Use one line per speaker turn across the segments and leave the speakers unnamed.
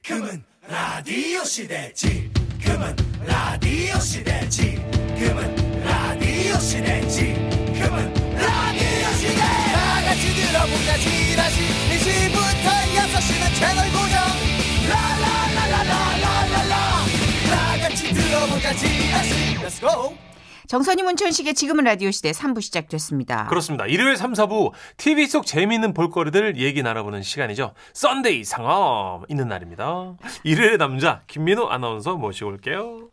지금은 라디오 시대 지금은 라디오 시대 지금은 라디오 시대 지금은 라디오 시대 다 같이 들어보자 지라시 1시부터 6시는 채널 고정 라라라라라라라라 다 같이 들어보자 지라시 Let's go
정선이 문천식의 지금은 라디오 시대 3부 시작됐습니다.
그렇습니다. 일요일 3, 4부 TV 속 재미있는 볼거리들 얘기 나눠보는 시간이죠. 썬데이 상업 있는 날입니다. 일요일의 남자 김민호 아나운서 모시고 올게요.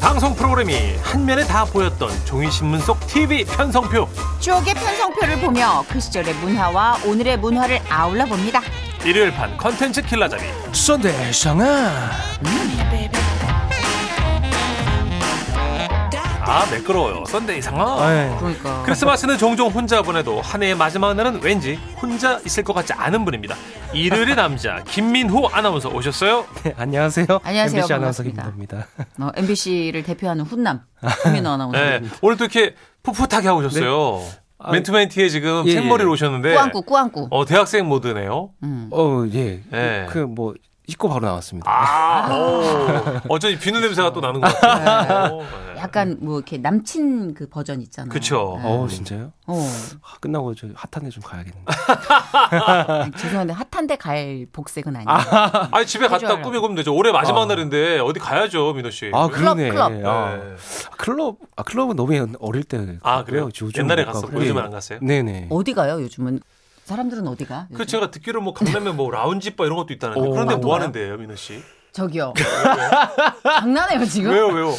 방송 프로그램이 한 면에 다 보였던 종이신문 속 TV 편성표
추억의 편성표를 보며 그 시절의 문화와 오늘의 문화를 아울러 봅니다.
일요일 판 컨텐츠 킬러 자리
썬데이 상아
아 매끄러워요 썬데이 상업
그러니까.
크리스마스는 종종 혼자 보내도 한 해의 마지막 날은 왠지 혼자 있을 것 같지 않은 분입니다. 일요일의 남자 김민호 아나운서 오셨어요.
네, 안녕하세요.
안녕하세요. 뭐.
MBC 아나운서
반갑습니다.
김민호입니다.
어, MBC를 대표하는 훈남 김민호 아나운서.
네, 오늘 또 이렇게 풋풋하게 하고 오셨어요.
아,
맨투맨티에 지금
예,
생머리로
예.
오셨는데
꾸안꾸 꾸안꾸.
어 대학생 모드네요.
음.
어, 예.
예.
그 뭐 씻고 바로 나왔습니다.
아, 오. 어쩐지 비누 냄새가 또 나는 것 같아요. 네.
약간 뭐 이렇게 남친 그 버전 있잖아요.
그쵸.
네.
어, 진짜요?
어.
아, 끝나고 저 핫한데 좀 가야겠는데.
아니, 죄송한데 핫한데 갈 복색은 아니에요.
아니 집에 갔다
해줘요.
꾸며 보면 되죠. 올해 마지막
아.
날인데 어디 가야죠, 민호 씨.
아,
클럽,
그러네.
클럽.
아, 클럽, 아, 클럽은 너무 옛- 어릴 때.
아, 그래요?
갔고요. 요즘은
옛날에
못
갔었고
가고요.
요즘은
예.
안 갔어요?
네네.
어디 가요 요즘은? 사람들은 어디 가? 요즘?
그 제가 듣기로 뭐 강남에 뭐 라운지바 이런 것도 있다는데
오.
그런데 뭐
맞아요?
하는데요, 민호 씨?
저기요. 장난해요 지금?
왜요, 왜요?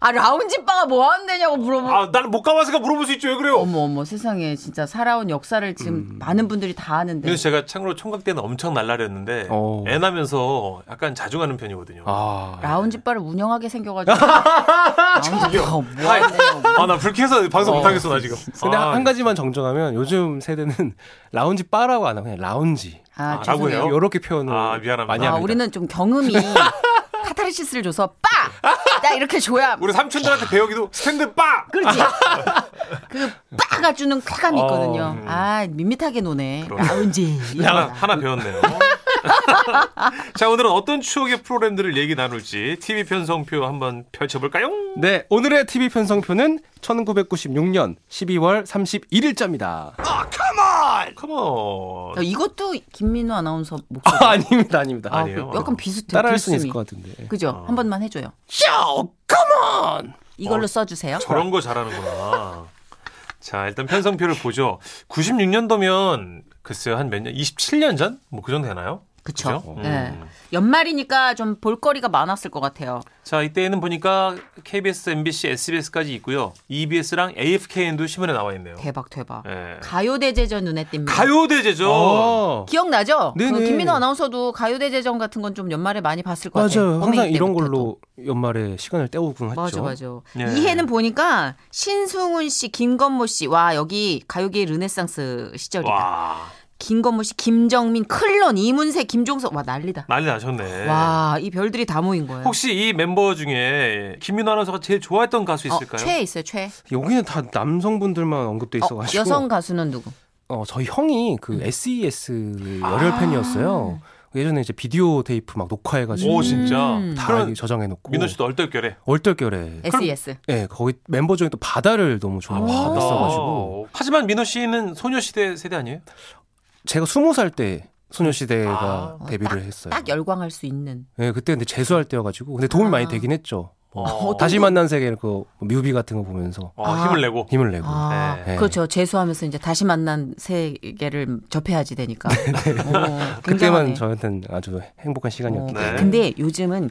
아 라운지 바가 뭐 하면 되냐고 물어보.
아, 나는 못 가봤으니까 물어볼 수 있죠. 왜 그래요?
음.
어머 어머 세상에 진짜 살아온 역사를 지금 많은 분들이 다 아는데.
그래서 제가 참고로 총각 때는 엄청 날라렸는데
어.
애 나면서 약간 자주 가는 편이거든요. 아,
아.
라운지 바를 운영하게 생겨가지고. 라운지 바 뭐하네요.
아, 나 불쾌해서 방송
어.
못하겠어, 나 지금.
근데
아,
한 가지만 정정하면 요즘 세대는 라운지 바라고 안 하고 그냥 라운지.
아,
라고
죄송해요.
해요?
요렇게 표현을
아, 미안합니다.
많이
아,
합니다.
우리는 좀 경음이 카타르시스를 줘서 빠! 딱 이렇게 줘야
우리 삼촌들한테 배우기도 스탠드 빠!
그렇지. 그 빠가 주는 쾌감이 있거든요.
어,
아, 밋밋하게 노네.
그러네.
라운지.
하나, 하나 배웠네요. 자, 오늘은 어떤 추억의 프로그램들을 얘기 나눌지 TV 편성표 한번 펼쳐볼까요?
네, 오늘의 TV 편성표는 1996년 12월 31일자입니다.
컴온!
야, 이것도 김민호 아나운서 목소리.
아, 아닙니다, 아닙니다.
아,
아니에요.
그 약간 비슷해.
따라할 수는 있을
들숨이.
것 같은데.
그죠? 한 번만 해줘요.
쇼, 컴온!
이걸로 써주세요.
저런 거 잘하는구나. 자, 일단 편성표를 보죠. 96년도면 글쎄요, 한 몇 년? 27년 전? 뭐 그 정도 되나요?
그쵸.
그죠?
네.
음.
연말이니까 좀 볼거리가 많았을 것 같아요.
자, 이때에는 보니까 KBS, MBC, SBS까지 있고요. EBS랑 AFKN도 신문에 나와 있네요.
대박, 대박.
예.
가요대제전 눈에 띕니다.
가요대제죠.
어.
기억나죠? 그
네네.
김민호 아나운서도 가요대제전 같은 건 좀 연말에 많이 봤을 것 같아요.
맞아요. 항상
어린이
이런
때부터도.
걸로 연말에 시간을 때우곤 했죠.
맞아 맞아.
예.
이해는 보니까 신승훈 씨, 김건모 씨, 와 여기 가요계 르네상스 시절이다.
와,
김건모 씨, 김정민, 클론, 이문세, 김종석, 와 난리다.
난리 나셨네.
와 이 별들이 다 모인 거예요.
혹시 이 멤버 중에 김민호 아나운서가 제일 좋아했던 가수
어,
있을까요?
최 있어요 최.
여기는 다 남성분들만 언급돼
어,
있어가지고.
여성 음. 가수는 누구?
어, 저희 형이 그 SES 열혈 팬이었어요. 예전에 이제 비디오 테이프 막 녹화해가지고
음.
오, 진짜.
다
그럼
저장해놓고.
민호 씨도 얼떨결에.
얼떨결에.
S.E.S.
예, 거기 멤버 중에 또 바다를 너무
아.
좋아했어가지고
아, 하지만 민호 씨는 소녀시대 세대 아니에요?
제가 스무 살 때 소녀시대가
어,
데뷔를
딱,
했어요.
딱 열광할 수 있는.
예, 그때 근데 재수할 때여가지고 근데 도움이 많이
아.
되긴 했죠. 어,
어.
다시 만난 세계 그 뮤비 같은 거 보면서
어,
아.
힘을 내고.
힘을 내고.
아,
네.
그렇죠. 재수하면서 이제 다시 만난 세계를 접해야지 되니까. 어,
네, 그때만
굉장하네.
저한테는 아주 행복한
어,
시간이었기 때문에.
네.
근데 요즘은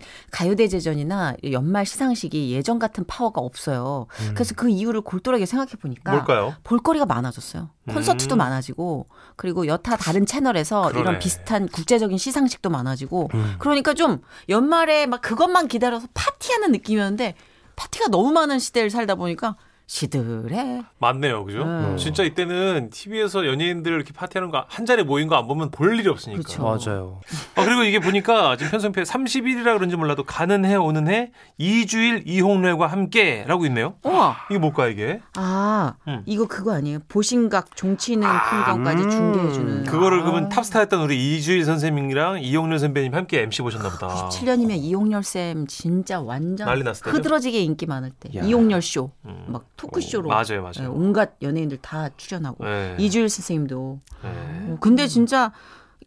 가요대제전이나 연말 시상식이 예전 같은 파워가 없어요.
음.
그래서 그 이유를 골똘하게 생각해 보니까
뭘까요?
볼거리가 많아졌어요. 콘서트도
음.
많아지고 그리고 여타 다른 채널에서
그러네.
이런 비슷한 국제적인 시상식도 많아지고
음.
그러니까 좀 연말에 막 그것만 기다려서 파티하는 느낌이었는데 파티가 너무 많은 시대를 살다 보니까 시들해.
맞네요, 그죠?
음.
네.
진짜 이때는 TV에서 연예인들 이렇게 파티하는 거 한 자리에 모인 거 안 보면 볼 일이 없으니까.
그렇죠.
맞아요.
아, 그리고 이게 보니까 지금 편성표에 30일이라 그런지 몰라도 가는 해 오는 해 2주일 이홍래와 함께라고 있네요.
우와.
이게 뭘까 이게?
아,
음.
이거 그거 아니에요? 보신각 종치는 풍경까지
음,
중계해주는.
그거를
아.
그러면 탑스타였던 우리 이주일 선생님이랑 이홍래 선배님 함께 MC 보셨나 보다.
아, 7년이면 이용열 쌤 진짜 완전
아. 난리 났을 때죠?
흐드러지게 인기 많을 때
야.
이용열 쇼,
음.
막 토크쇼로
맞아요, 맞아요.
예, 온갖 연예인들 다 출연하고
네.
이주일 선생님도.
네.
어, 근데 진짜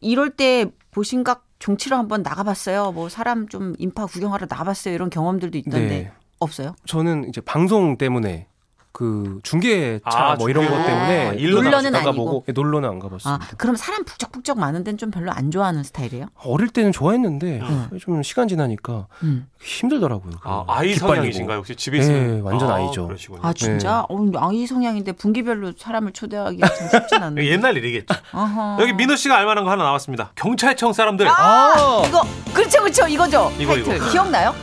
이럴 때 보신각 종치러 한번 나가봤어요. 뭐 사람 좀 인파 구경하러 나가봤어요. 이런 경험들도 있던데
네.
없어요?
저는 이제 방송 때문에 그 중계차
아,
뭐 이런
중계.
것
아,
때문에
일로
놀러는
안
아니고.
가보고 예, 놀러는 안
아,
가봤습니다.
그럼 사람 북적북적 많은 데는 좀 별로 안 좋아하는 스타일이에요?
어릴 때는 좋아했는데
음.
좀 시간 지나니까
음.
힘들더라고요.
아,
그거.
아이
깃발이고.
성향이신가요? 혹시 집에
예,
있으면?
완전
아,
아이죠.
그러시군요.
아 진짜?
네.
어, 근데 아이 성향인데 분기별로 사람을 초대하기가 참 쉽진 않네.
옛날 일이겠죠.
어허.
여기 민호 씨가 알만한 거 하나 나왔습니다. 경찰청 사람들.
아,
이거 그렇죠 그렇죠 이거죠
이거,
타이틀
이거.
기억나요?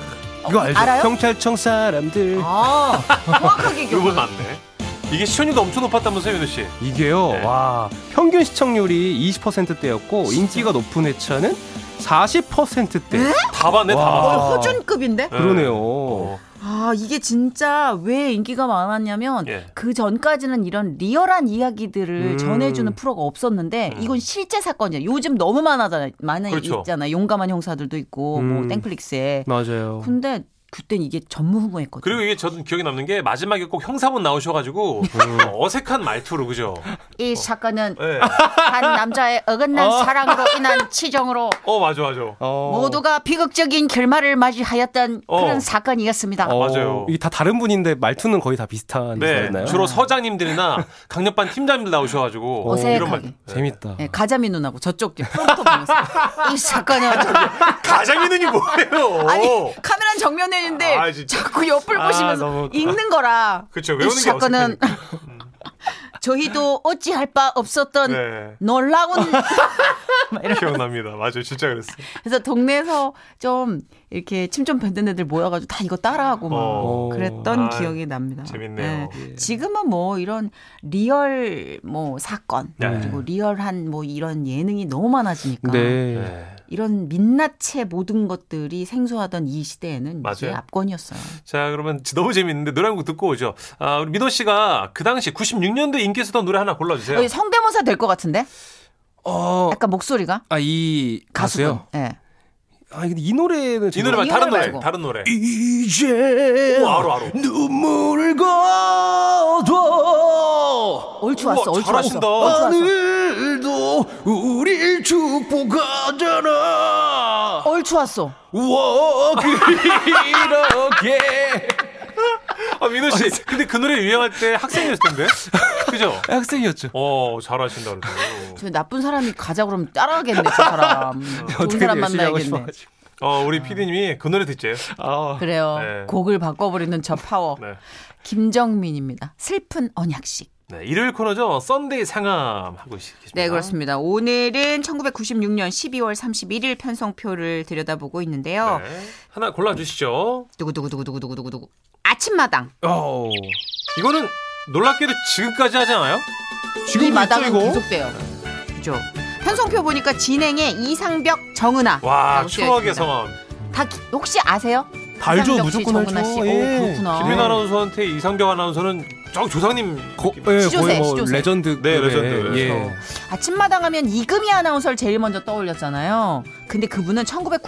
이거 알죠?
알아요?
경찰청 사람들
아 정확하게
이건
기억.
맞네. 이게 시청률도 엄청 높았다면서요, 민호 씨?
이게요.
네.
와 평균 시청률이 20%대였고 인기가 높은 회차는 40%대.
다 봤네, 다
와.
봤어.
거의 허준급인데?
네.
그러네요.
어,
아 이게 진짜 왜 인기가 많았냐면
예.
그 전까지는 이런 리얼한 이야기들을
음.
전해주는 프로가 없었는데
음.
이건 실제 사건이야. 요즘 너무 많아잖아, 많아
그렇죠.
있잖아. 용감한 형사들도 있고 뭐
음.
땡플릭스에.
맞아요.
근데 그땐 이게 전무후무했거든.
그리고 이게 저는 기억에 남는 게 마지막에 꼭 형사분 나오셔가지고
음.
어색한 말투로 그죠?
이 사건은
네.
예.
한 남자의 어긋난 사랑으로 인한 치정으로
어 맞아 맞아.
어.
모두가 비극적인 결말을 맞이하였던
어.
그런 사건이었습니다.
어,
맞아요.
이게 다 다른 분인데 말투는 거의 다 비슷한
네
거였나요?
주로 서장님들이나 강력반 팀장님들 나오셔가지고
어색하게.
네.
재밌다.
예, 가자미 누나고 저쪽 뒤 프롬프터 보면서 이 사건은 어쩌-
가장 있는 게 뭐예요?
아니 카메라 정면에 있는데
아, 진짜.
자꾸 옆을
아,
보시면서
너무 웃겨.
읽는 거라.
그쵸,
이
외우는 게
사건은 저희도 어찌할 바 없었던
네.
놀라운
기억납니다. 맞아요, 진짜 그랬어.
그래서 동네에서 좀 이렇게 침 좀 뱉는 애들 모여가지고 다 이거 따라하고 막
어.
그랬던
아,
기억이 납니다.
재밌네요. 예.
지금은 뭐 이런 리얼 뭐 사건
네.
그리고 리얼한 뭐 이런 예능이 너무 많아지니까
네.
네.
이런 민낯의 모든 것들이 생소하던 이 시대에는 이제
맞아요.
압권이었어요.
자 그러면 너무 재밌는데 노래 한 곡 듣고 오죠. 아 우리 민호 씨가 그 당시 96년도 인기 쓰던 노래 하나 골라주세요.
여기 성대모사 될 것 같은데?
어,
약간 목소리가
아 이
가수분.
가수요.
예.
아 근데 이 노래는
이
제가-
노래 말
이
다른
노래
노래
말고.
다른 노래.
이제
오, 알어, 알어.
눈물을 거둬
얼추 왔어.
우와,
얼추
잘하신다. 아, 네.
왔어. 얼추 왔어.
하늘도 우릴 축복하잖아
얼추 왔어.
워 그렇게
아 민호 씨, 근데 그 노래 유행할 때 학생이었을 텐데, 그죠?
학생이었죠
어 잘하신다 그래도.
저 나쁜 사람이 가자 그러면 따라가겠네, 저 사람. 좋은 사람 만나야겠네.
어 우리 PD님이 그 노래 듣지.
음. 아,
그래요.
네.
곡을 바꿔버리는 저 파워.
네.
김정민입니다. 슬픈 언약식.
네, 일요일 코너죠. 썬데이 상암 하고 있겠습니다.
네, 그렇습니다. 오늘은 1996년 12월 31일 편성표를 들여다보고 있는데요.
네. 하나 골라주시죠.
두구두구두구두구두구두구. 아침마당.
어.
이거는 놀랍게도 지금까지 하지 않아요?
이
지금도 있죠
마당은
이거?
계속돼요. 그죠? 편성표 보니까 진행에 이상벽 정은아.
와,
라고
추억의
쓰여있습니다.
상암.
다 기- 혹시 아세요?
다 알죠,
이상벽 씨,
무조건
정은아
알죠.
씨. 오,
예.
그렇구나.
김민 아나운서한테 이상병 아나운서는 저 조상님.
거, 예,
시조새,
거의 뭐
시조새.
레전드
네, 레전드.
예.
아침마당 하면 이금희 아나운서를 제일 먼저 떠올렸잖아요. 근데 그분은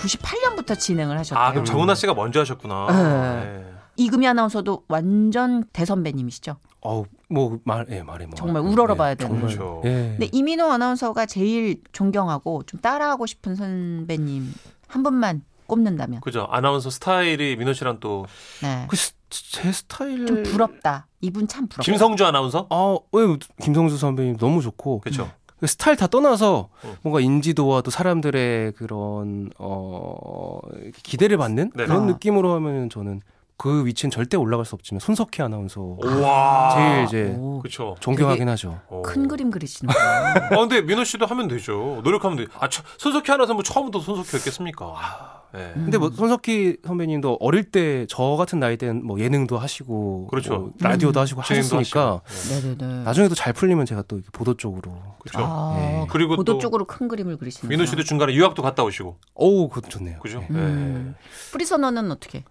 1998년부터 진행을 하셨대요.
아,
음.
그럼 정은아 씨가 먼저 하셨구나.
네.
네.
이금희 아나운서도 완전 대선배님이시죠.
어우 뭐말 예, 말해 뭐
정말 우러러봐야
예,
되는.
정말.
그렇죠.
예.
근데 이민호 아나운서가 제일 존경하고 좀 따라하고 싶은 선배님 한 분만 꼽는다면
그죠. 아나운서 스타일이 민호 씨랑 또
네.
그 스- 제 스타일
좀 부럽다. 이분 참 부럽다.
김성주 아나운서?
아, 왜 김성수 선배님 너무 좋고
그렇죠.
그 스타일 다 떠나서
어.
뭔가 인지도와 또 사람들의 그런 어 기대를 받는
네.
그런
아.
느낌으로 하면 저는 그 위치는 절대 올라갈 수 없지만 손석희
음.
아나운서
와.
제일 이제
오,
그렇죠.
존경하긴 하죠.
어.
큰 그림 그리시는구나.
아, 근데 민호 씨도 하면 되죠. 노력하면 돼. 아, 저, 손석희 아나운서 뭐 처음부터 손석희였겠습니까? 예.
근데 뭐 손석희 선배님도 어릴 때 저 같은 나이 때는 뭐 예능도 하시고
그렇죠.
뭐 라디오도 하시고
진행도 예,
하셨으니까
네네네.
나중에도 잘 풀리면 제가 또 이렇게 보도 쪽으로
그렇죠.
아,
네.
그리고
보도
또
쪽으로 큰 그림을 그리시네요.
민호 씨도 중간에 유학도 갔다 오시고
어우 그것도 좋네요.
그죠?
네.
음. 프리선언은 어떻게?
예.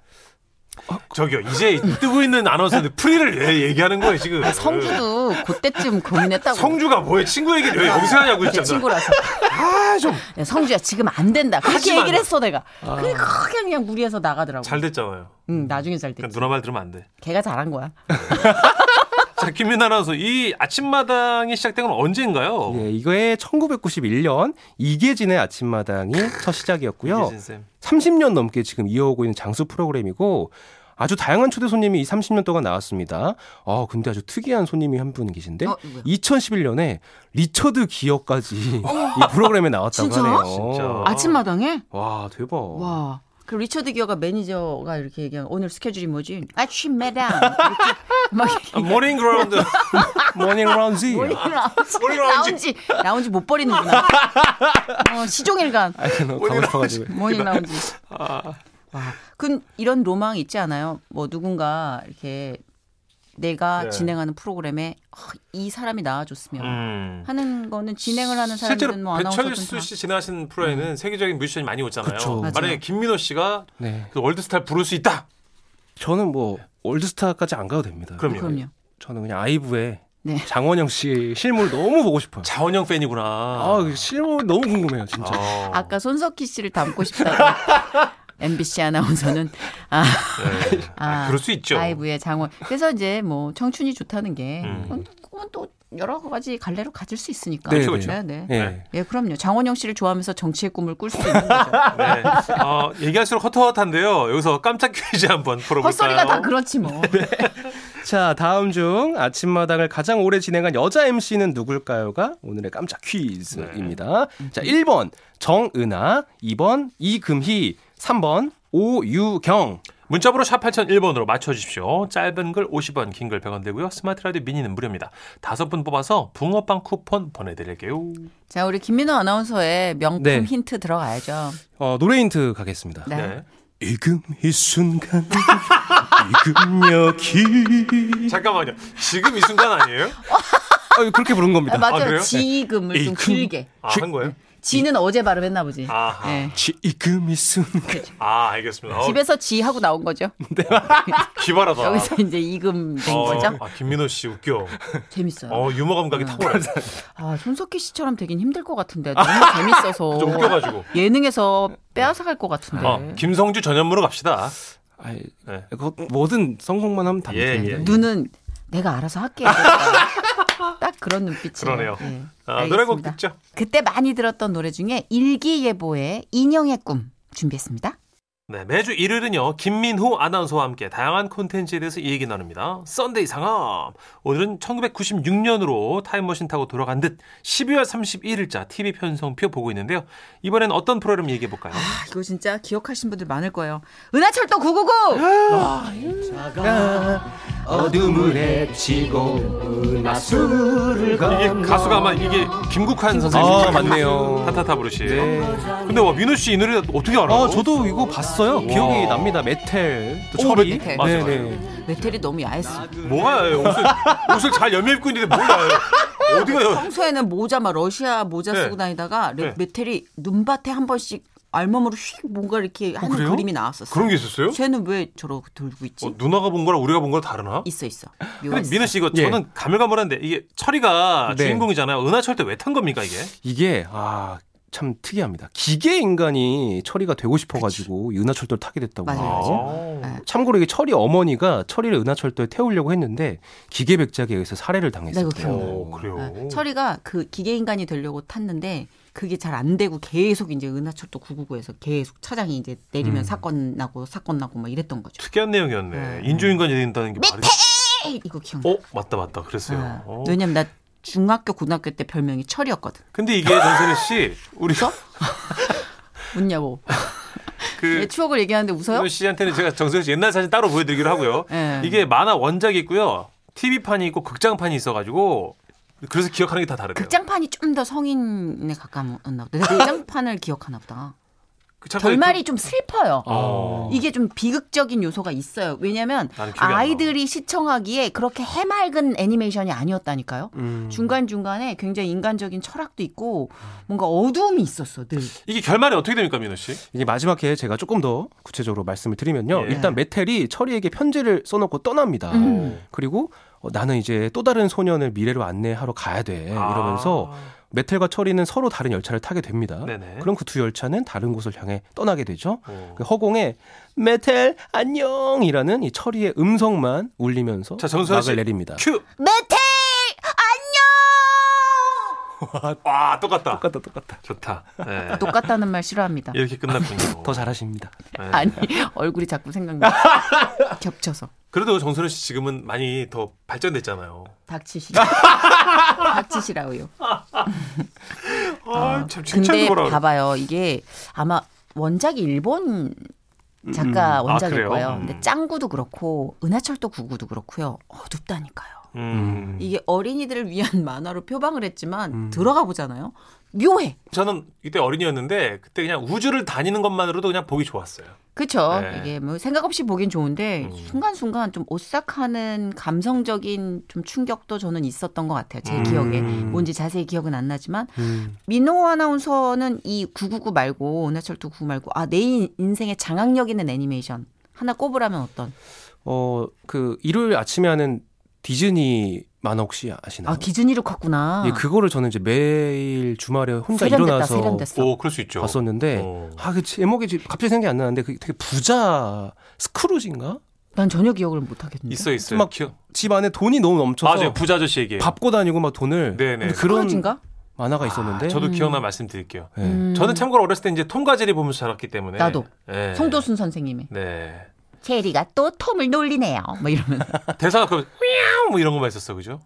저기요 이제 뜨고 있는 아나운서인데 프리를 왜 얘기하는 거예요 지금?
아, 성주도 그때쯤 고민했다고.
그 성주가 뭐예요? 친구 얘기를 왜 여기서 하냐고
제
진짜.
그 친구라서.
아,
야, 성주야 지금 안 된다.
하지
그렇게
마,
얘기를
너.
했어 내가. 그게 크게 그냥 무리해서 나가더라고.
아. 잘 됐잖아요.
응, 나중에 잘
그러니까
됐지.
누나 말 들으면 안 돼.
걔가 잘한 거야.
자 김민 아나운서 이 아침마당이 시작된 건 언제인가요?
예, 이거에 1991년 이계진의 아침마당이 첫 시작이었고요.
이계진 쌤.
30년 넘게 지금 이어오고 있는 장수 프로그램이고 아주 다양한 초대 손님이 이 30년 동안 나왔습니다. 아, 근데 아주 특이한 손님이 한 분 계신데
어, 누구야?
2011년에 리처드 기어까지 이 프로그램에 나왔다고
진짜?
하네요.
진짜.
아침마당에?
와, 대박.
와. 그 리처드 기어가 매니저가 이렇게 얘기하면 오늘 스케줄이 뭐지? 아침마당. 이렇게 막
아, 모닝 그라운드.
뭐?
모닝 라운지.
몰래 라운지.
몰래
라운지. 라운지 못 버리는구나. 어, 시종일관.
아, 너무 가고 싶어가지고.
모닝 라운지.
아.
와. 근 이런 로망 있지 않아요? 뭐 누군가 이렇게 내가
네.
진행하는 프로그램에 어, 이 사람이 나와줬으면
음.
하는 거는 진행을 하는
실제로
사람들은 뭐 아나운서든
배철수
다. 음.
씨 진행하시는 프로에는 세계적인 뮤지션이 많이 오잖아요.
그쵸.
맞아요.
만약에 김민호 씨가
네.
그 월드스타를 부를 수 있다.
저는 뭐 월드스타까지 안 가도 됩니다.
그럼요.
그럼요.
저는 그냥 아이브의
네.
장원영 씨 실물 너무 보고 싶어요.
자원영 팬이구나.
아, 그 실물 너무 궁금해요, 진짜.
어.
아까 손석희 씨를 닮고 싶다고. MBC 아나운서는 아,
네. 아,
아,
그럴 수 있죠.
아이브의 장원. 그래서 이제 뭐 청춘이 좋다는 게
음.
그건- 그건 또 여러 가지 갈래로 가질 수 있으니까.
네,
그렇죠.
네, 네.
예.
네.
예, 그럼요. 장원영 씨를 좋아하면서 정치의 꿈을 꿀 수 있는 거죠.
네. 어, 얘기할수록 허터허터한데요. 여기서 깜짝 퀴즈 한번 풀어볼까요? 네.
헛소리가 다 그렇지 뭐.
자, 다음 중 아침마당을 가장 오래 진행한 여자 MC는 누굴까요가 오늘의 깜짝 퀴즈입니다. 자, 1번 정은아, 2번 이금희, 3번 오유경.
문자번호 샵 8001번으로 맞춰주십시오. 짧은 글 50원, 긴 글 100원 되고요. 스마트 라디오 미니는 무료입니다. 다섯 분 뽑아서 붕어빵 쿠폰 보내드릴게요.
자, 우리 김민호 아나운서의 명품
네.
힌트 들어가야죠.
어, 노래 힌트 가겠습니다.
네.
지금 이 순간 이금력이
네. 잠깐만요. 지금 이 순간 아니에요?
아, 그렇게 부른
아,
겁니다.
맞아요.
그래요? 네.
지금을 좀
이금.
길게.
아, 한 거예요?
지는 어제 발음했나 보지.
아하.
예.
지금 이 순간
아, 알겠습니다. 어,
집에서 지 하고 나온 거죠.
기발하다.
여기서 이제 이금 된
어,
거죠. 네.
아, 김민호 씨 웃겨.
재밌어요.
어, 유머 감각이 탁월하다.
아, 손석희 씨처럼 되긴 힘들 것 같은데 너무 재밌어서
좀 웃겨가지고.
예능에서 빼앗아 갈 것 같은데.
어, 김성주 전현무로 갑시다.
아이,
네.
그거 뭐든 성공만 하면
예,
답니다.
예.
눈은 내가 알아서 할게. 딱 그런 눈빛이에요.
그러네요.
예,
아, 노래곡
알겠습니다.
듣죠.
그때 많이 들었던 노래 중에 일기예보의 인형의 꿈 준비했습니다.
네, 매주 일요일은요, 김민호 아나운서와 함께 다양한 콘텐츠에 대해서 얘기 나눕니다. 썬데이 상암. 오늘은 1996년으로 타임머신 타고 돌아간 듯 12월 31일자 TV 편성표 보고 있는데요. 이번엔 어떤 프로그램 얘기해볼까요?
아, 이거 진짜 기억하신 분들 많을 거예요. 은하철도 999!
어둠을 헤치고 은하수를
이게 가수가 아마 이게 김국환 선생님.
아, 맞네요.
타타타 부르시. 근데 와, 민호 씨 이 노래 어떻게 알아?
아, 저도 이거 봤어요. 기억이 납니다. 메텔. 또
오,
철이.
메텔. 네,
맞아요,
메텔이 너무 야했어.
뭐가 옷을, 옷을 잘 여며 입고 있는데 몰라요. 어디가 여...
평소에는 모자 막 러시아 모자
네.
쓰고 다니다가 레-
네.
메텔이 눈밭에 한 번씩 알몸으로 휙 뭔가 이렇게 하는
그래요?
그림이 나왔었어.
그런 게 있었어요?
쟤는 왜 저러고 들고 있지?
어, 누나가 본 거랑 우리가 본 거랑 다르나?
있어 있어.
근데 민호 씨 이거
예.
저는 가물가물한데 이게 철이가
네.
주인공이잖아요. 은하철 때 왜 탄 겁니까 이게?
이게, 아, 참 특이합니다. 기계 인간이 철이가 되고 싶어가지고 은하철도를 타게 됐다고.
맞아요, 네.
합니다.
맞아요.
아.
참고로 이게 철이 어머니가 철이를 은하철도에 태우려고 했는데 기계 백작에 의해서 살해를
나
당했어요.
네, 그거 기억나요.
오, 그래요.
네, 철이가 그 기계 인간이 되려고 탔는데 그게 잘 안 되고 계속 이제 은하철도 999에서 계속 차장이 이제 내리면
음.
사건 나고 사건 나고 막 이랬던 거죠.
특이한 내용이었네. 인조인간이 된다는 게 말이.
에이, 이거 기억나. 네.
어 맞다 맞다 그랬어요. 어.
왜냐면 나 중학교 고등학교 때 별명이 철이었거든.
근데 이게 전세리 씨 우리가
웃냐고. 내
그
추억을 얘기하는데 웃어요?
민호 씨한테는 제가 정세리 씨 옛날 사진 따로 보여드리기로 하고요.
네.
이게 만화 원작이 있고요. TV 판이 있고 극장판이 있어가지고 그래서 기억하는 게 다 다르대요.
극장판이 좀 더 성인에 가까웠나 보다. 내가 극장판을 기억하나 보다.
그 자꾸
결말이 좀 슬퍼요.
어.
이게 좀 비극적인 요소가 있어요. 왜냐면
나는 기억이 안 나.
아이들이 시청하기에 그렇게 해맑은 애니메이션이 아니었다니까요.
음.
중간 중간에 굉장히 인간적인 철학도 있고 뭔가 어두움이 있었어 늘.
이게 결말이 어떻게 됩니까, 민호 씨?
이게 마지막 회에 제가 조금 더 구체적으로 말씀을 드리면요.
예.
일단 메텔이 철이에게 편지를 써놓고 떠납니다.
음.
그리고 어, 나는 이제 또 다른 소년을 미래로 안내하러 가야 돼
아.
이러면서 메텔과 철이는 서로 다른 열차를 타게 됩니다.
네네.
그럼 그 두 열차는 다른 곳을 향해 떠나게 되죠.
어.
그 허공에 메텔 안녕이라는 이 철이의 음성만 울리면서
자, 정선 씨.
막을 내립니다.
큐.
메텔 안녕.
와, 똑같다.
똑같다 똑같다.
좋다. 예.
똑같다는 말 싫어합니다.
이렇게 끝났군요.
더 잘하십니다.
예.
아니 얼굴이 자꾸 생각나. 겹쳐서
그래도 정선우 씨 지금은 많이 더 발전됐잖아요.
닥치시라. 닥치시라고요.
아, 참
근데
칭찬해보라.
봐봐요. 이게 아마 원작이 일본 작가
음. 아,
원작일
그래요?
거예요.
음.
근데 짱구도 그렇고 은하철도 구구도 그렇고요. 어둡다니까요.
음.
이게 어린이들을 위한 만화로 표방을 했지만 들어가 보잖아요. 묘해.
저는 이때 어린이였는데 그때 그냥 우주를 다니는 것만으로도 그냥 보기 좋았어요.
그렇죠.
네.
이게 뭐 생각 없이 보긴 좋은데
음.
순간순간 좀 오싹하는 감성적인 좀 충격도 저는 있었던 것 같아요.
음.
제 기억에 뭔지 자세히 기억은 안 나지만 민호 아나운서는 이 999 말고 은하철도 9 말고 아 내 인생의 장악력 있는 애니메이션 하나 꼽으라면 어떤?
어그 일요일 아침에 하는 디즈니 만화 혹시 아시나요?
아 기준이로 컸구나.
음. 예, 그거를 저는 이제 매일 주말에 혼자
세련됐다,
일어나서
세련됐어.
오, 그럴 수 있죠.
봤었는데
어.
아 그 제목이 지금 갑자기 생각이 안 나는데 그 되게 부자 스크루지인가
난 전혀 기억을 못 하겠는데.
있어 있어요.
막
큐.
집 안에 돈이 너무 넘쳐서
맞아요. 부자 아저씨 얘기예요.
밟고 다니고 막 돈을
네네.
근데 그런
스크루지인가? 아, 음.
만화가 있었는데
저도 기억나 말씀드릴게요.
예.
저는 참고로 어렸을 때 이제 통과제리 보면서 자랐기 때문에
나도.
네.
예.
송도순 선생님의
네.
체리가 또 톰을 놀리네요. 뭐 이러면서
대사가 그 휘양 뭐 이런 것만 있었어. 그죠?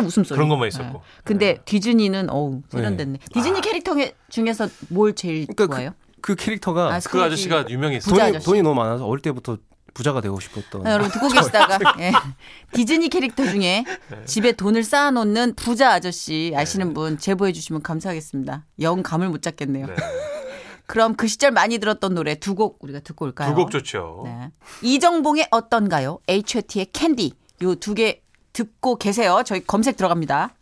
웃음소리.
그런 것만 있었고. 아.
네. 근데 디즈니는 어우 세련됐네. 디즈니 캐릭터 중에서 뭘 제일
그러니까
좋아해요?
그 캐릭터가
아,
그
스크루지.
아저씨가 유명했어요.
부자
돈이,
아저씨.
돈이 너무 많아서 어릴 때부터 부자가 되고 싶었던
아, 여러분 듣고 계시다가 예. 디즈니 캐릭터 중에 집에 돈을 쌓아놓는 부자 아저씨 아시는 분 제보해 주시면 감사하겠습니다. 영 감을 못 잡겠네요.
네. 네.
그럼 그 시절 많이 들었던 노래 두 곡 우리가 듣고 올까요?
두곡 좋죠.
네. 이정봉의 어떤가요? H.O.T의 캔디 요 두 개 듣고 계세요. 저희 검색 들어갑니다.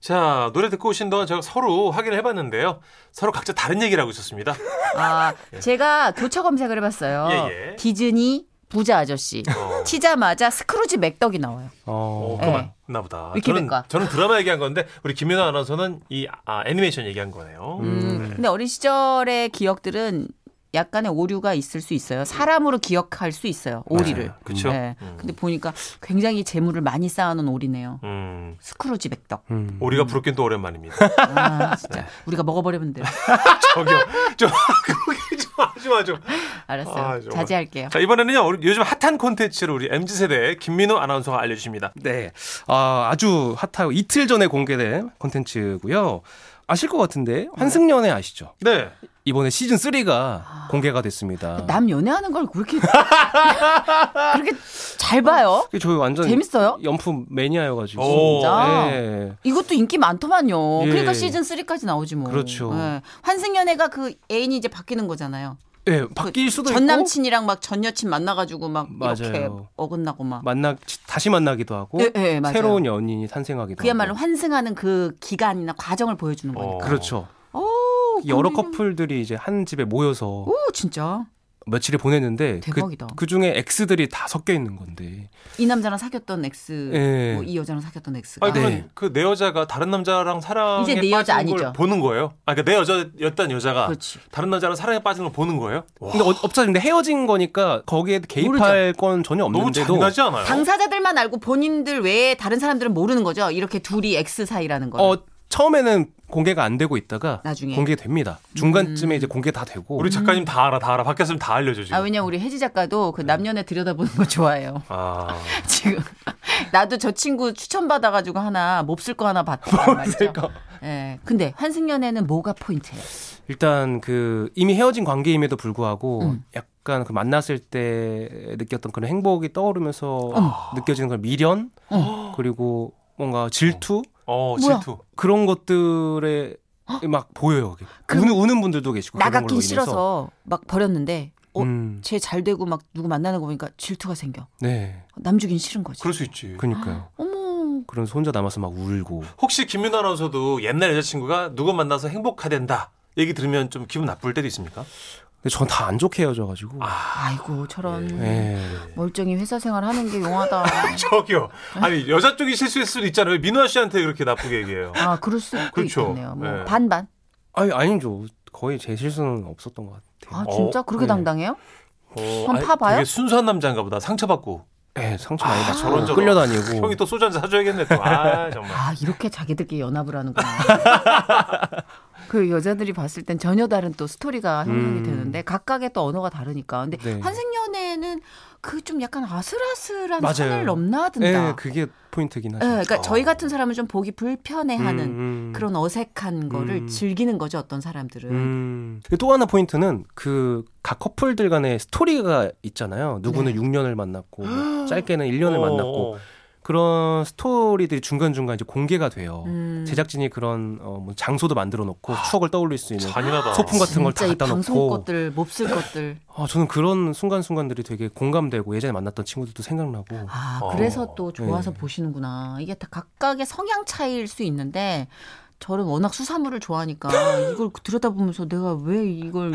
자, 노래 듣고 오신 동안 제가 서로 확인을 해봤는데요. 서로 각자 다른 얘기를 하고 있었습니다.
아, 제가 교차 검색을 해봤어요.
예, 예.
디즈니 부자 아저씨
어.
치자마자 스크루지 맥덕이 나와요.
어,
어.
네.
그만 나 보다. 저는,
위키백과.
저는 드라마 얘기한 건데 우리 김연아 아나운서는 이 아, 애니메이션 얘기한 거네요.
음, 근데 어린 시절의 기억들은 약간의 오류가 있을 수 있어요. 사람으로 기억할 수 있어요. 오리를.
맞아요. 그쵸?
네.
음.
근데 보니까 굉장히 재물을 많이 쌓아놓은 오리네요.
음, 네.
스크루지 맥덕.
음.
우리가 부르긴 또 오랜만입니다.
아, 진짜. 우리가 먹어버리면 돼요.
저기요, 좀 그게 좀 하지마 좀.
알았어요.
아, 정말.
자제할게요.
자 이번에는요 우리 요즘 핫한 콘텐츠를 우리 mz 세대 김민호 아나운서가 알려주십니다.
네. 아, 아주 핫하고 이틀 전에 공개된 콘텐츠고요. 아실 것 같은데 환승연애 아시죠?
네,
이번에 시즌
아.
3가 공개가 됐습니다.
남 연애하는 걸 그렇게 그렇게 잘 봐요?
이게 저희 완전
재밌어요?
연품 매니아여가지고.
오.
진짜?
예.
이것도 인기 많더만요.
예.
그러니까 시즌 3까지 나오지 뭐.
그렇죠.
예. 환승연애가 그 애인이 이제 바뀌는 거잖아요.
예, 바뀔 수도
전
있고
남친이랑 막 전 여친 만나가지고 막 이렇게
맞아요.
어긋나고 막.
만나 다시 만나기도 하고
예, 예, 맞아요.
새로운 연인이 탄생하기도
그야말로
하고.
환승하는 그 기간이나 과정을 보여주는
어.
거니까.
그렇죠.
오,
여러
굉장히-
커플들이 이제 한 집에 모여서
오, 진짜.
며칠을 보냈는데
대박이다.
그, 그 중에 X들이 다 섞여 있는 건데.
이 남자랑 사귀었던 엑스,
예.
뭐이 여자랑 사귀었던 엑스가.
아 그러면
네.
그 내 여자가 다른 남자랑 사랑에
이제 내 여자
빠지는 걸
아니죠.
보는 거예요? 아 그러니까 내 여자였던 여자가
그렇지.
다른 남자랑 사랑에 빠지는 걸 보는 거예요? 와,
근데 어, 없자 근데 헤어진 거니까 거기에 개입할 건 전혀
너무
없는데도
잔인하지 않아요?
당사자들만 알고 본인들 외에 다른 사람들은 모르는 거죠. 이렇게 둘이 엑스 사이라는 거.
어 처음에는 공개가 안 되고 있다가
나중에. 음.
공개됩니다. 중간쯤에 이제 공개 다 되고
우리 작가님 다 알아, 다 알아. 바뀌었으면 다 알려줘 지금.
아 왜냐 우리 혜지 작가도 그 남녀네 들여다보는 거 좋아해요.
아.
지금 나도 저 친구 추천 받아가지고 하나 몹쓸 거 하나 봤단 말이죠. 예. 근데 환승연애는 뭐가 포인트예요?
일단 그 이미 헤어진 관계임에도 불구하고
음.
약간 그 만났을 때 느꼈던 그런 행복이 떠오르면서
어.
느껴지는 그런 미련 그리고 뭔가 질투
어,
뭐야?
질투.
그런 것들에 막 보여요. 그게.
어. 그럼
우는, 우는 분들도 계시고 그런 걸로
나갔긴
인해서.
싫어서 막 버렸는데 어,
음.
쟤 잘 되고 막 누구 만나는 거 보니까 질투가 생겨.
네,
남 주긴 싫은 거지.
그럴 수 있지.
그러니까요.
어머.
그런 혼자 남아서 막 울고.
혹시 김윤아 아나운서도 옛날 여자친구가 누구 만나서 행복하댄다 얘기 들으면 좀 기분 나쁠 때도 있습니까?
근데 전 다 안 좋게 헤어져가지고.
아이고 저런
네.
멀쩡히 회사 생활 하는 게 용하다.
저기요.
네.
아니 여자 쪽이 실수했을 수도 있잖아요. 왜 민화 씨한테 그렇게 나쁘게 얘기해요.
아 그럴 수 있고
그렇죠.
있겠네요. 뭐
네.
반반.
아니 아니죠. 거의 제 실수는 없었던 것 같아요.
아 진짜 그렇게
네.
당당해요?
어,
한번 파봐요?
되게 순수한 남자인가 보다. 상처받고
네, 상처
아.
많이 받고
저런 저런.
끌려다니고.
형이 또 소주 한잔 사줘야겠네. 또. 아
어,
정말.
아 이렇게 자기들끼리 연합을 하는구나. 그 여자들이 봤을 땐 전혀 다른 또 스토리가 형성이
음.
되는데 각각의 또 언어가 다르니까. 근데
네.
환승연애는 그 좀 약간 아슬아슬한
맞아요.
선을 넘나든다.
네, 그게 포인트긴
예,
하죠.
그러니까
어.
저희 같은 사람은 좀 보기 불편해하는
음, 음.
그런 어색한 거를
음.
즐기는 거죠 어떤 사람들은.
음. 또 하나 포인트는 그 각 커플들 간의 스토리가 있잖아요. 누구는
네.
6년을 만났고 뭐 짧게는 1년을
어,
만났고
어.
그런 스토리들이 중간 중간 이제 공개가 돼요.
음. 아,
제작진이 그런 어, 뭐 장소도 만들어 놓고 추억을 떠올릴
네.
수 있는
잔인하다.
소품 같은 걸 다
진짜 이
갖다
방송
놓고
것들 몹쓸 것들.
아, 저는 그런 순간 순간들이 되게 공감되고 예전에 만났던 친구들도 생각나고
아
어.
그래서 또 좋아서
네.
보시는구나. 이게 다 각각의 성향 차이일 수 있는데. 저는 워낙 수사물을 좋아하니까 이걸 들여다보면서 내가 왜 이걸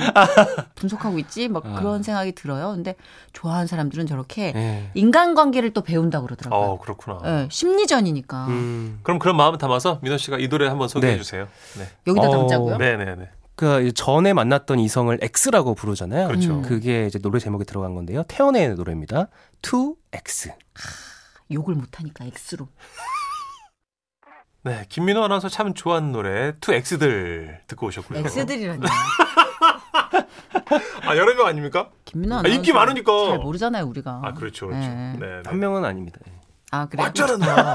분석하고 있지? 막
아.
그런 생각이 들어요. 근데 좋아하는 사람들은 저렇게
네.
인간관계를 또 배운다 그러더라고요.
어 그렇구나.
예, 심리전이니까.
음.
그럼 그런 마음 담아서 민호 씨가 이 노래 한번 소개해
네.
주세요. 네.
여기다
어.
담자고요?
네네네.
그 이제 전에 만났던 이성을 X라고 부르잖아요.
그렇죠.
음.
그게 이제 노래 제목에 들어간 건데요. 태연의 노래입니다. 2X.
욕을 못하니까 X로.
네, 김민호 아나운서 참 좋아하는 노래 2X들 듣고 오셨고요.
X들이라니.
아 여러 명 아닙니까?
김민호
아, 인기
아나운서
많으니까.
잘 모르잖아요 우리가.
아 그렇죠, 그렇죠.
예.
네. 네.
한 명은 아닙니다. 예.
아 그래.
맞잖아 나.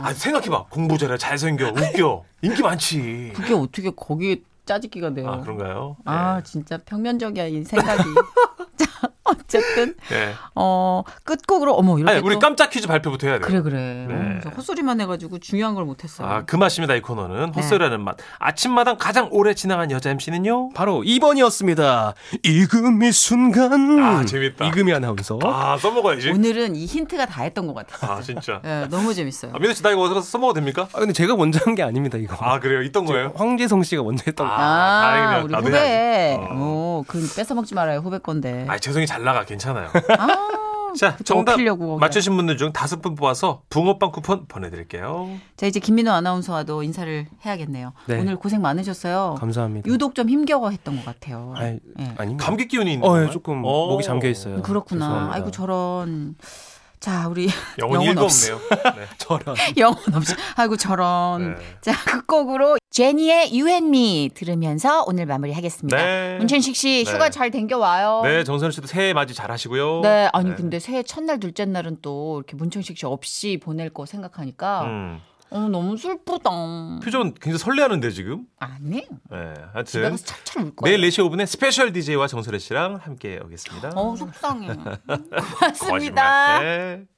아 생각해봐. 공부 잘해, 잘생겨, 웃겨, 인기 많지.
그게 어떻게 거기에 짜집기가 돼요.
아 그런가요? 네.
아, 진짜 평면적이야 이 생각이. 자 어쨌든
네.
어 끝곡으로 어머 이렇게
아니 우리
또-
깜짝 퀴즈 발표부터 해야 돼요.
그래 그래.
네.
어, 저 헛소리만 해가지고 중요한 걸 못했어요.
아 그 맛입니다 이
네.
코너는 헛소리라는 맛. 아침마당 가장 오래 지나간 여자 MC는요?
바로 2번이었습니다. 이금이 순간.
아, 재밌다.
이금이 아나운서.
아 써먹어야지.
오늘은 이 힌트가 다 했던 것 같아.
아 진짜.
예, 너무 재밌어요.
아, 민호 씨나 이거 어디서 써먹어도 됩니까?
아, 근데 제가 먼저 한 게 아닙니다, 이거.
아 그래요? 있던 거예요?
황재성 씨가 먼저 했던 거.
아, 다행이네요.
우리
나도
후배.
해야지.
어, 그 뺏어 먹지 말아요 후배 건데.
아 재성이 잘 나가 괜찮아요.
아,
자,
그거
정답
먹히려고 거기다.
맞추신 분들 중 다섯 분 뽑아서 붕어빵 쿠폰 보내드릴게요.
자 이제 김민호 아나운서와도 인사를 해야겠네요.
네.
오늘 고생 많으셨어요.
감사합니다.
유독 좀 힘겨워했던 것 같아요.
아이,
예.
아닙니다.
감기 기운이 있는
어,
건가요?
예, 조금
어.
목이 잠겨 있어요.
그렇구나.
죄송합니다.
아이고 저런. 자 우리
영혼 일도
없이.
없네요. 네.
저런.
영혼 없이. 아이고 저런.
네.
자그 끝곡으로 제니의 You and Me 들으면서 오늘 마무리하겠습니다.
네.
문천식 씨
네.
휴가 잘 댕겨 와요.
네, 정선 씨도 새해 맞이 잘 하시고요.
네, 아니 근데 새해 첫날 둘째 날은 또 이렇게 문천식 씨 없이 보낼 거 생각하니까
음.
어, 너무 슬프다.
표정 굉장히 설레하는데 지금.
아니
네,
집에
하여튼
가서 철철 울 거야.
내일 4시 5분에 스페셜 DJ와 정선혜 씨랑 함께 오겠습니다.
어 속상해.
거짓말.
고맙습니다.
그 네.